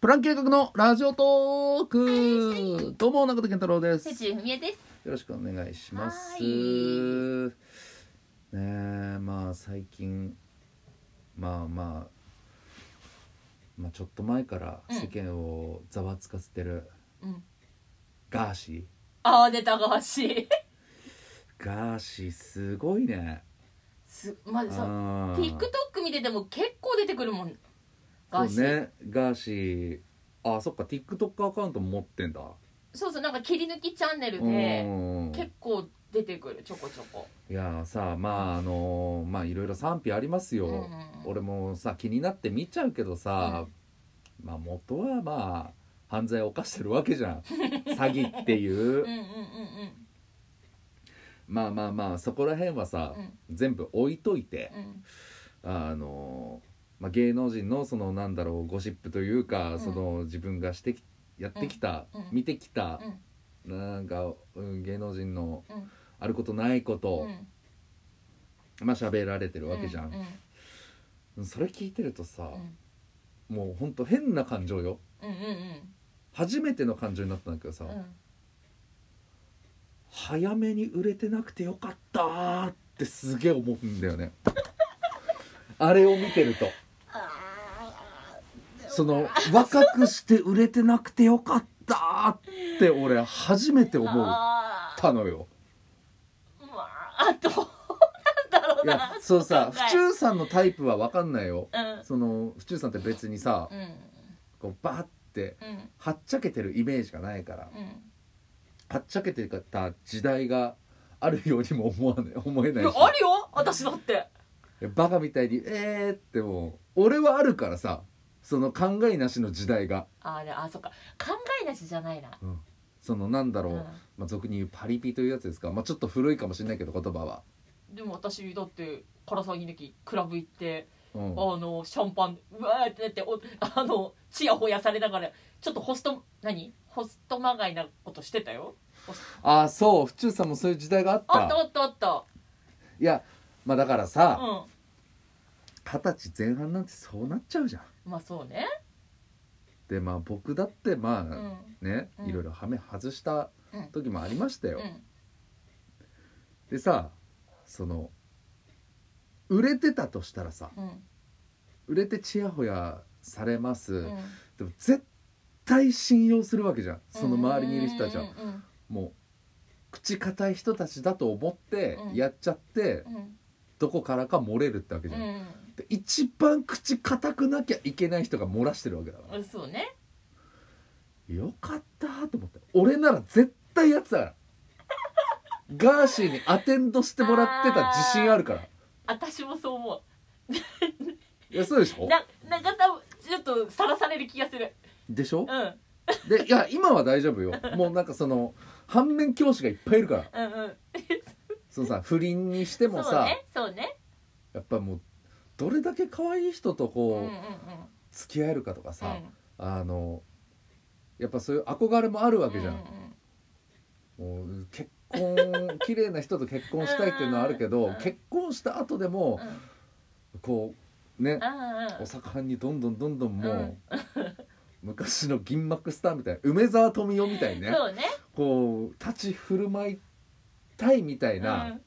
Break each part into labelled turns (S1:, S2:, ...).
S1: プラン計画のラジオトークどうも中田健太郎ですよ
S2: 哲文江です。
S1: ろしくお願いします
S2: は
S1: ねえまあ最近まあまあまあちょっと前から
S2: うん
S1: 世間をざわつかせてる
S2: うん。
S1: ガーシ
S2: ああ出たがわしい。
S1: ーガーシーすごいね
S2: すまずさ、
S1: あー
S2: TikTok 見てても結構出てくるもん。
S1: そ
S2: ガ
S1: う
S2: ーシー
S1: ねガーシーあそっか TikTok アカウントも持ってんだ
S2: そうそうなんか切り抜きチャンネ
S1: う
S2: ル
S1: ん
S2: で結構出てくるちょこちょこ。
S1: いやーさまああのーまあいろいろ賛否ありますよ、
S2: うんうんうん。
S1: 俺もさ気になって見ちゃうけどさ、まあ元はまあ犯罪を犯してるわけじゃ ん詐欺っていう、
S2: うんうんうん
S1: まあまあまあそこら辺はさ、
S2: うん
S1: 全部置いといて
S2: うんうん。
S1: あの、まあ、芸能人のそのなんだろうゴシップというか、
S2: ん
S1: その自分がしてきやってきた、
S2: うん
S1: 見てきた、なんか、うん芸能人の
S2: うん
S1: あることないこ
S2: う
S1: と、
S2: ん。
S1: まあ喋られてるわけじゃ
S2: うん
S1: ん、それ聞いてるとさ
S2: う、ん
S1: もうほんと変な感情よ
S2: うんうん
S1: 初めての感情になったんだけどさ、
S2: うんうん。
S1: 早めに売れてなくてよかったーってすげえ思うんだよね あれを見てるとその若くして売れてなくてよかったーって俺初めて思っ
S2: ああ。
S1: たのよ
S2: うわあどうなんだろう
S1: い
S2: な
S1: や。そうさ
S2: 考え
S1: 府中さんのタイプは分かんないよ
S2: うん
S1: その府中さんって別にさ
S2: うん
S1: こうバーって
S2: うん
S1: はっちゃけてるイメージがないから
S2: うん。
S1: はっちゃけてた時代があるようにも思わない思えないい
S2: や
S1: し
S2: あるよ私だって。
S1: バカみたいに「えー」ってもう俺はあるからさその考えなしの時代が
S2: あーであそっか考えなしじゃないな、
S1: そのなんだろう、
S2: うん
S1: まあ、俗に言うパリピというやつですか、まあ、ちょっと古いかもしれないけど言葉は、
S2: でも私だって唐騒ぎ抜きクラブ行って、
S1: うん、
S2: あのシャンパンうわーってなってお あのチヤホヤされながらちょっとホスト何ホストまがいなことしてたよ
S1: ああそう府中さんもそういう時代があった
S2: あったあったあった
S1: いやまあだからさ
S2: う
S1: 二十、歳前半なんてそうなっちゃうじゃん
S2: んまあそうね
S1: でまあ僕だってまあ、
S2: うん
S1: ね
S2: うん
S1: いろいろハメ外した時もありましたよ、
S2: うん
S1: でさその売れてたとしたらさ
S2: うん
S1: 売れてちやほやされます、
S2: うん
S1: でも絶対信用するわけじゃんその周りにいる人たちは
S2: うんうん
S1: もう口固い人たちだと思って
S2: うん
S1: やっちゃって
S2: うん
S1: どこからか漏れるってわけ
S2: う
S1: じ
S2: ん
S1: ゃん、
S2: うん
S1: で一番口固くなきゃいけない人が漏らしてるわけだか
S2: うんそうね
S1: らよかったと思って俺なら絶対やってた からガーシーにアテンドしてもらってた自信あるから
S2: 私もそう思
S1: いやそうでし
S2: う
S1: ょ
S2: な中田ちょっとさらされる気がする
S1: でしょ
S2: うんうん
S1: でいや今は大丈夫よもうなんかその反面教師がいっぱいいるから
S2: うん
S1: そのさ不倫にしても
S2: そう
S1: さ、
S2: ねそうね
S1: やっぱもうどれだけ可愛い人と
S2: うんうん
S1: こ
S2: うん
S1: う付き合えるかとか
S2: う
S1: さ、
S2: ん
S1: あのやっぱそういう憧れもあるわけじゃ、
S2: うんん
S1: もう結婚綺麗な人と結婚したいっていうのはあるけど、
S2: うん
S1: 結婚した後でも
S2: うんうん
S1: こうね、
S2: あ
S1: お盛んにどんどんどんどんもう、
S2: う
S1: 昔の銀幕スターみたいな梅沢富美男みたいに
S2: あ
S1: ね
S2: そうね
S1: こう立ち振る舞いたいみたいな、
S2: うん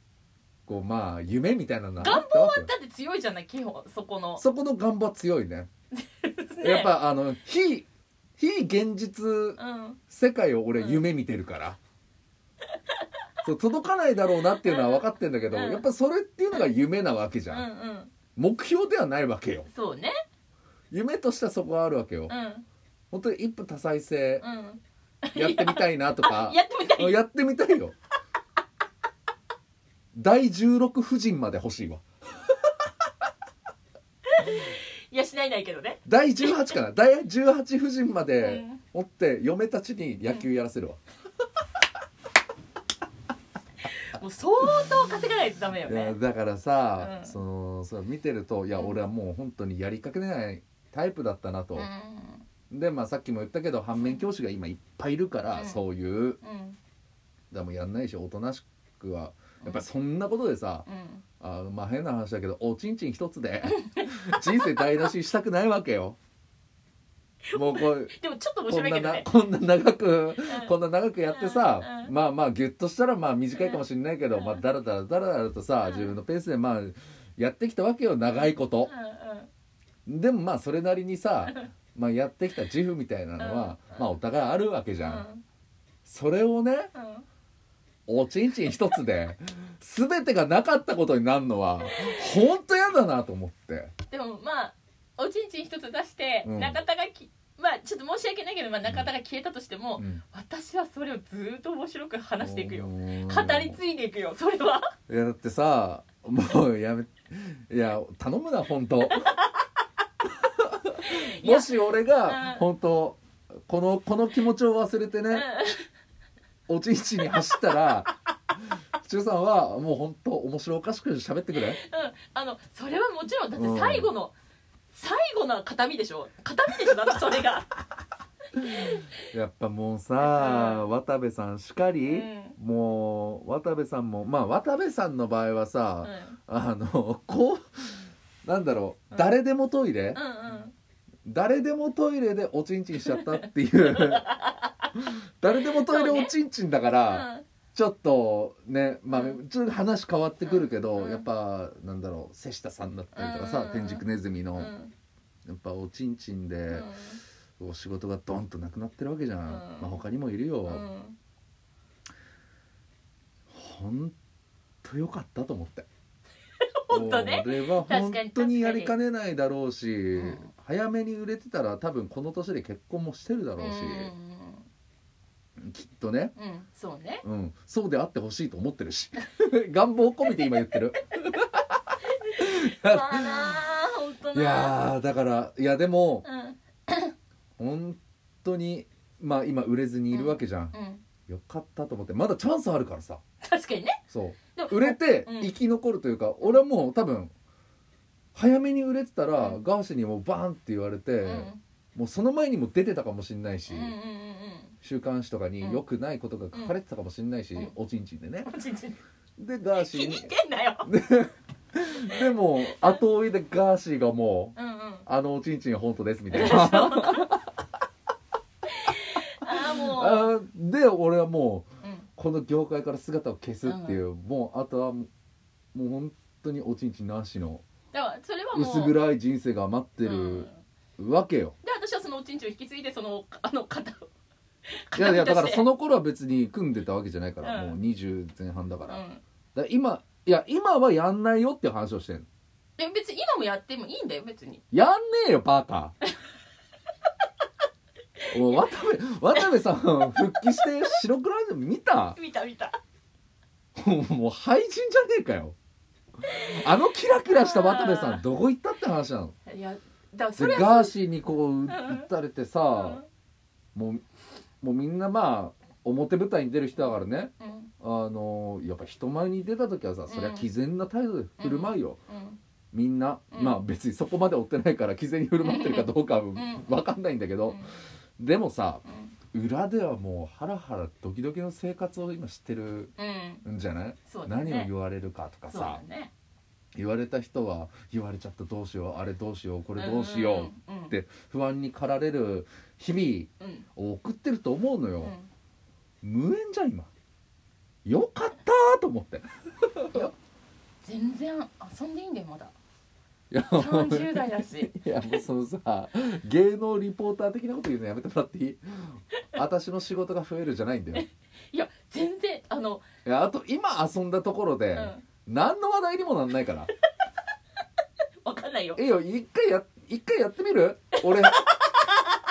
S1: こうまあ夢みたいなのがあ
S2: 願
S1: った
S2: 望
S1: わ
S2: は
S1: けよ
S2: だって強いじゃない基本そこの
S1: そこの願望は強いね
S2: ね
S1: やっぱあの非非現実
S2: うん
S1: 世界を俺
S2: うん
S1: 夢見てる から、そう届かないだろうなっていうのは分かってんだけど、
S2: うん
S1: やっぱそれっていうのが夢なわけじ
S2: う
S1: ゃん、
S2: んうん
S1: 目標ではないわけよ
S2: そうね
S1: 夢としてはそこはあるわけよ、
S2: うん
S1: 本当に一夫多妻制
S2: うん
S1: やってみたいなとか
S2: やってみたい
S1: やってみたいよ第16夫人まで欲しいわ
S2: いやしないないけどね
S1: 第18かな第18夫人ま
S2: う
S1: で
S2: ん
S1: 持って嫁たちに野球やらせるわ、
S2: もう相当稼がないとダメよ
S1: いや
S2: ね
S1: だからさ、
S2: うん
S1: そのそれ見てるといや
S2: うん
S1: 俺はもう本当にやりかけないタイプだったなと
S2: うん、
S1: でまあさっきも言ったけど反面教師が今いっぱいいるから、
S2: うん
S1: そういう
S2: うん
S1: でもやんないしおとなしくはやっぱり
S2: う
S1: そんなことでさ、
S2: ん
S1: あまあ変な 話だけどおちんちん一つで人生台無ししたくないわけよもうこう
S2: でもちょっと面
S1: こん
S2: 白
S1: な
S2: いけど
S1: な
S2: ね。
S1: こんな長く
S2: うん
S1: こんな長くやってさ、
S2: うんうん
S1: まあまあギュッとしたらまあ短いかもしれないけど、
S2: うん
S1: まあだらだらだらだらとさ、
S2: うん
S1: 自分のペースでまあやってきたわけよ長いこと、
S2: う
S1: でもまあそれなりに さ
S2: んうんうん
S1: まあやってきた自負みたいなのは、
S2: うん
S1: まあお互いあるわけじゃん、それをね
S2: うんうん
S1: おちんちん一つ で全てがなかったことになるのはほんと嫌だなと思って
S2: でもまあおちんちん一つ出して
S1: うん
S2: 中田がき、まあちょっと申し訳ないけど、まあ、中田が消えたとしても、
S1: うん
S2: 私はそれをずーっと面白く話していくよ
S1: う
S2: 語
S1: ん
S2: り継いでいくよそれは
S1: いやだってさもうやめいや頼むな本当
S2: いや
S1: もし俺が
S2: うん
S1: 本当このこの気持ちを忘れて
S2: うん
S1: ねおちんちんに走ったらちゅうさんはもう本当面白おかしく喋ってくれ
S2: うんあのそれはもちろんだって最後の、最後の形見でしょ形見でしょだってそれが
S1: やっぱもうさ、
S2: う
S1: 渡部さんしかり、
S2: うん
S1: もう渡部さんもまあ渡部さんの場合は
S2: うん
S1: さ
S2: う、ん
S1: あのこうなんだろう、
S2: うん
S1: 誰でもトイレ、
S2: うん
S1: 誰でもトイレでおちんちんしちゃったっていう 誰でもトイレおちんちんだから、
S2: うん
S1: ちょっとねまあ
S2: う
S1: ちょっと話変わってくるけど、
S2: うん
S1: やっぱなんだろう瀬下さんだったりとかさ、
S2: うん
S1: 天竺ネズミの、
S2: うん
S1: やっぱおちんちん
S2: う
S1: で
S2: ん
S1: お仕事がドンとなくなってるわけじゃん、
S2: ん
S1: まあ、他にもいるよ、
S2: うん
S1: ほんとよかったと思 って。
S2: ほんとね
S1: これは本当にやりかねないだろうし、
S2: 確かに
S1: 早めに売れてたら多分この年で結婚もしてるだ
S2: うん
S1: ろうし、
S2: う
S1: きっとね、
S2: んうんそ うね
S1: うん、そうであってほしいと思ってるし 願望込みで今言ってる
S2: まあなあ本当
S1: い
S2: な
S1: やーだからいやでも
S2: うん
S1: 本当にまあ今売れずにいるわけじゃん、
S2: うん
S1: よかったと思ってまだチャンスあるからさ
S2: 確かにね
S1: そう
S2: でも
S1: 売れて
S2: うん
S1: 生き残るというか、俺はもう多分早めに売れてたら、
S2: うん
S1: ガーシーにもうバーンって言われて、
S2: うん
S1: もうその前にも出てたかもしんないし、
S2: うんうんうん
S1: 週刊誌とかに
S2: うん
S1: 良くないことが書かれてたかもしんないし、
S2: うん
S1: おちんちんでね
S2: うんおちんちん
S1: でガーシー
S2: 気に
S1: に
S2: 入ってんなよ
S1: ででも後追いでガーシーがもう
S2: うんうん
S1: 「あのおちんちん本当です」みたいな
S2: ああもう
S1: あー で俺はもう
S2: うん
S1: この業界から姿を消すっていう、もうあとはもう本当におちんちんなしの
S2: だからそれはもう
S1: 薄暗い人生が待って
S2: うん
S1: るわけよ、
S2: で私はそのおちんちんを引き継いでそのあの肩を
S1: いやいやだからそ
S2: の
S1: の頃は別に組んでたわけじゃないから、
S2: うん
S1: もう20前半だか
S2: う
S1: ら,、だか
S2: ん
S1: ら今いや今はやんないよっていう話をしてんの
S2: でも別に今もやってもいいんだよ別に
S1: やんねえよバ カおい渡部渡部さん復帰して白黒アイドル見た
S2: 見た見た
S1: もう廃人じゃねえかよあのキラキラした渡部さんどこ行ったって話なの
S2: いやだからそ
S1: で
S2: れ
S1: ガ
S2: は
S1: ーシーにこう打たれてさ、もうもうみんなまあ表舞台に出る人だからね
S2: うんうん
S1: あのやっぱ人前に出た時はさそりゃ毅然な態度で振る舞いよ、
S2: うん
S1: みんな、
S2: うん
S1: まあ別にそこまで追ってないから毅然に振る舞ってるかどうかは
S2: ん
S1: 分かんないんだけど、
S2: うん
S1: でもさ
S2: うん
S1: 裏ではもうハラハラドキドキの生活を今知ってる
S2: うん
S1: んじゃない、
S2: そうだね
S1: 何を言われるかとか
S2: そうだ
S1: さ、
S2: ね
S1: 言われた人は言われちゃったどうしようあれどうしようこれどうしよう、
S2: うん
S1: って不安に駆られる日
S2: うん
S1: 々を送ってると思うの
S2: う
S1: よ、
S2: ん
S1: 無縁じゃん今よかったーと思ってい
S2: 全然遊んでいいんだよまだ
S1: や もう
S2: 30代だし
S1: いやもうそのさ芸能リポーター的なこと言うのやめてもらっていい私の仕事が増えるじゃないんだよ
S2: いや全然あの
S1: いやあと今遊んだところで、
S2: うん
S1: 何の話題にもなんないから
S2: わかんないよ
S1: えいよ一回や一回やってみる俺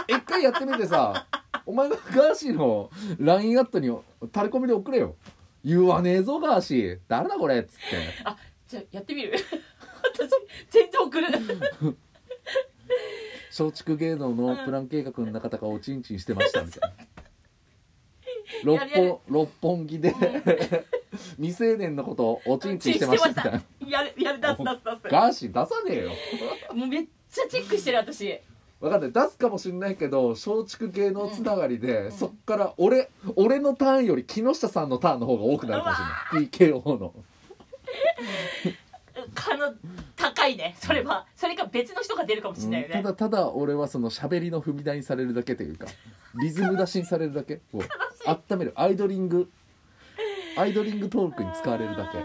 S1: 一回やってみてさお前がガーシーの LINE アットにタレコミで送れよ言わねえぞガーシー誰だこれっつって
S2: じゃあやってみる 私全然送る
S1: 松竹芸能のプラン計画の中とかおちんちんしてましたみたいな 六
S2: やるやる
S1: 本六本木で 未成年のことをおちんちんしてましたみたいな
S2: やるやる出す出す出
S1: ガーシー出さねえよ
S2: すもうめっちゃチェックしてる私
S1: わかんない出すかもしんないけど松竹芸能つながりで、
S2: ん
S1: そっから俺俺のターンより木下さんのターンの方が多くなるかもしれない TKO の
S2: かの高回ねそれはそれか別の人が出るかもしれないよね、
S1: ただただ俺はその喋りの踏み台にされるだけというかリズム出しにされるだけを温めるアイドリングアイドリングトークに使われるだけ
S2: あ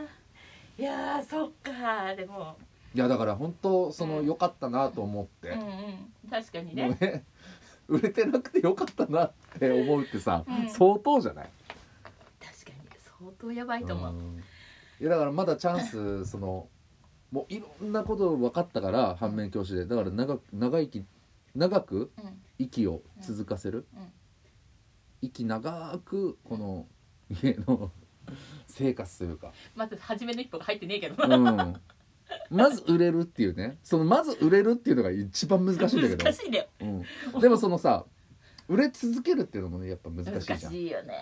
S2: ーいやーそっかでも
S1: いやだから本当その
S2: うん
S1: 良かったなと思っ
S2: う
S1: て、
S2: んうん確かに
S1: もう
S2: ね
S1: ね売れてなくて良かったなって思うってさ、
S2: うん
S1: 相当じゃない
S2: 確かに相当やばいと思う、
S1: うんいやだからまだチャンスそのもういろんなこと分かったから反面教師でだから長く長生き長く
S2: うん
S1: 息を続かせる、
S2: うんうん
S1: 息長くこの家の生活というか、
S2: まず初めの一歩が入ってねえけど
S1: うん、まず売れるっていうねそのまず売れるっていうのが一番難しいんだけど
S2: 難しいんだよ
S1: うん、でもそのさ売れ続けるっていうのもねやっぱ難しいじ
S2: 難
S1: ゃんだか
S2: しいよね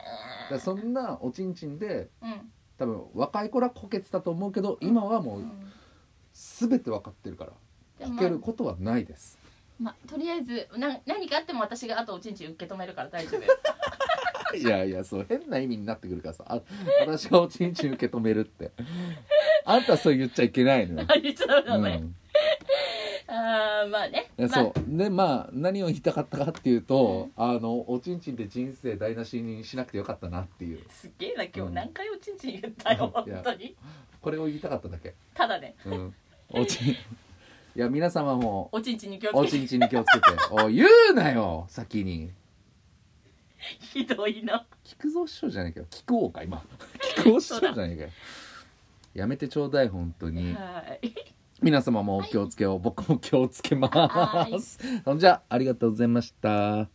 S1: らそんなおちんちんで
S2: うん
S1: 多分若い頃はこけてたと思うけど今はも
S2: う
S1: うん全て分かってるから
S2: で
S1: こ
S2: も
S1: けることはないです
S2: まあ、まあとりあえずな何かあっても私があとおちんちん受け止めるから大丈夫よ
S1: いやいやそう変な意味になってくるからさあ私がおちんちん受け止めるってあんたはそう言っちゃいけないのよ、
S2: 言っちゃう
S1: う
S2: の
S1: ん、
S2: ね、
S1: い
S2: ああまあね
S1: や
S2: まあ
S1: そうでまあ何を言いたかったかっていうと、あのおちんちんで人生台無しにしなくてよかったなっていう
S2: すっげえな今
S1: う
S2: 日
S1: ん
S2: 何回おちんちん言ったよ
S1: いや
S2: 本当に
S1: これを言いたかっただけ
S2: ただね
S1: うんおちんいや皆様も
S2: おちんちんに気を
S1: おち
S2: つけて
S1: んちんに気をつけておい言うなよ先に
S2: ひどいな
S1: 菊蔵師匠じゃねえかよ菊王か今 菊蔵師匠じゃねえかよやめてちょうだい本当に
S2: はい
S1: 皆 様もお気をつけを、僕も気をつけます、そんじゃありがとうございました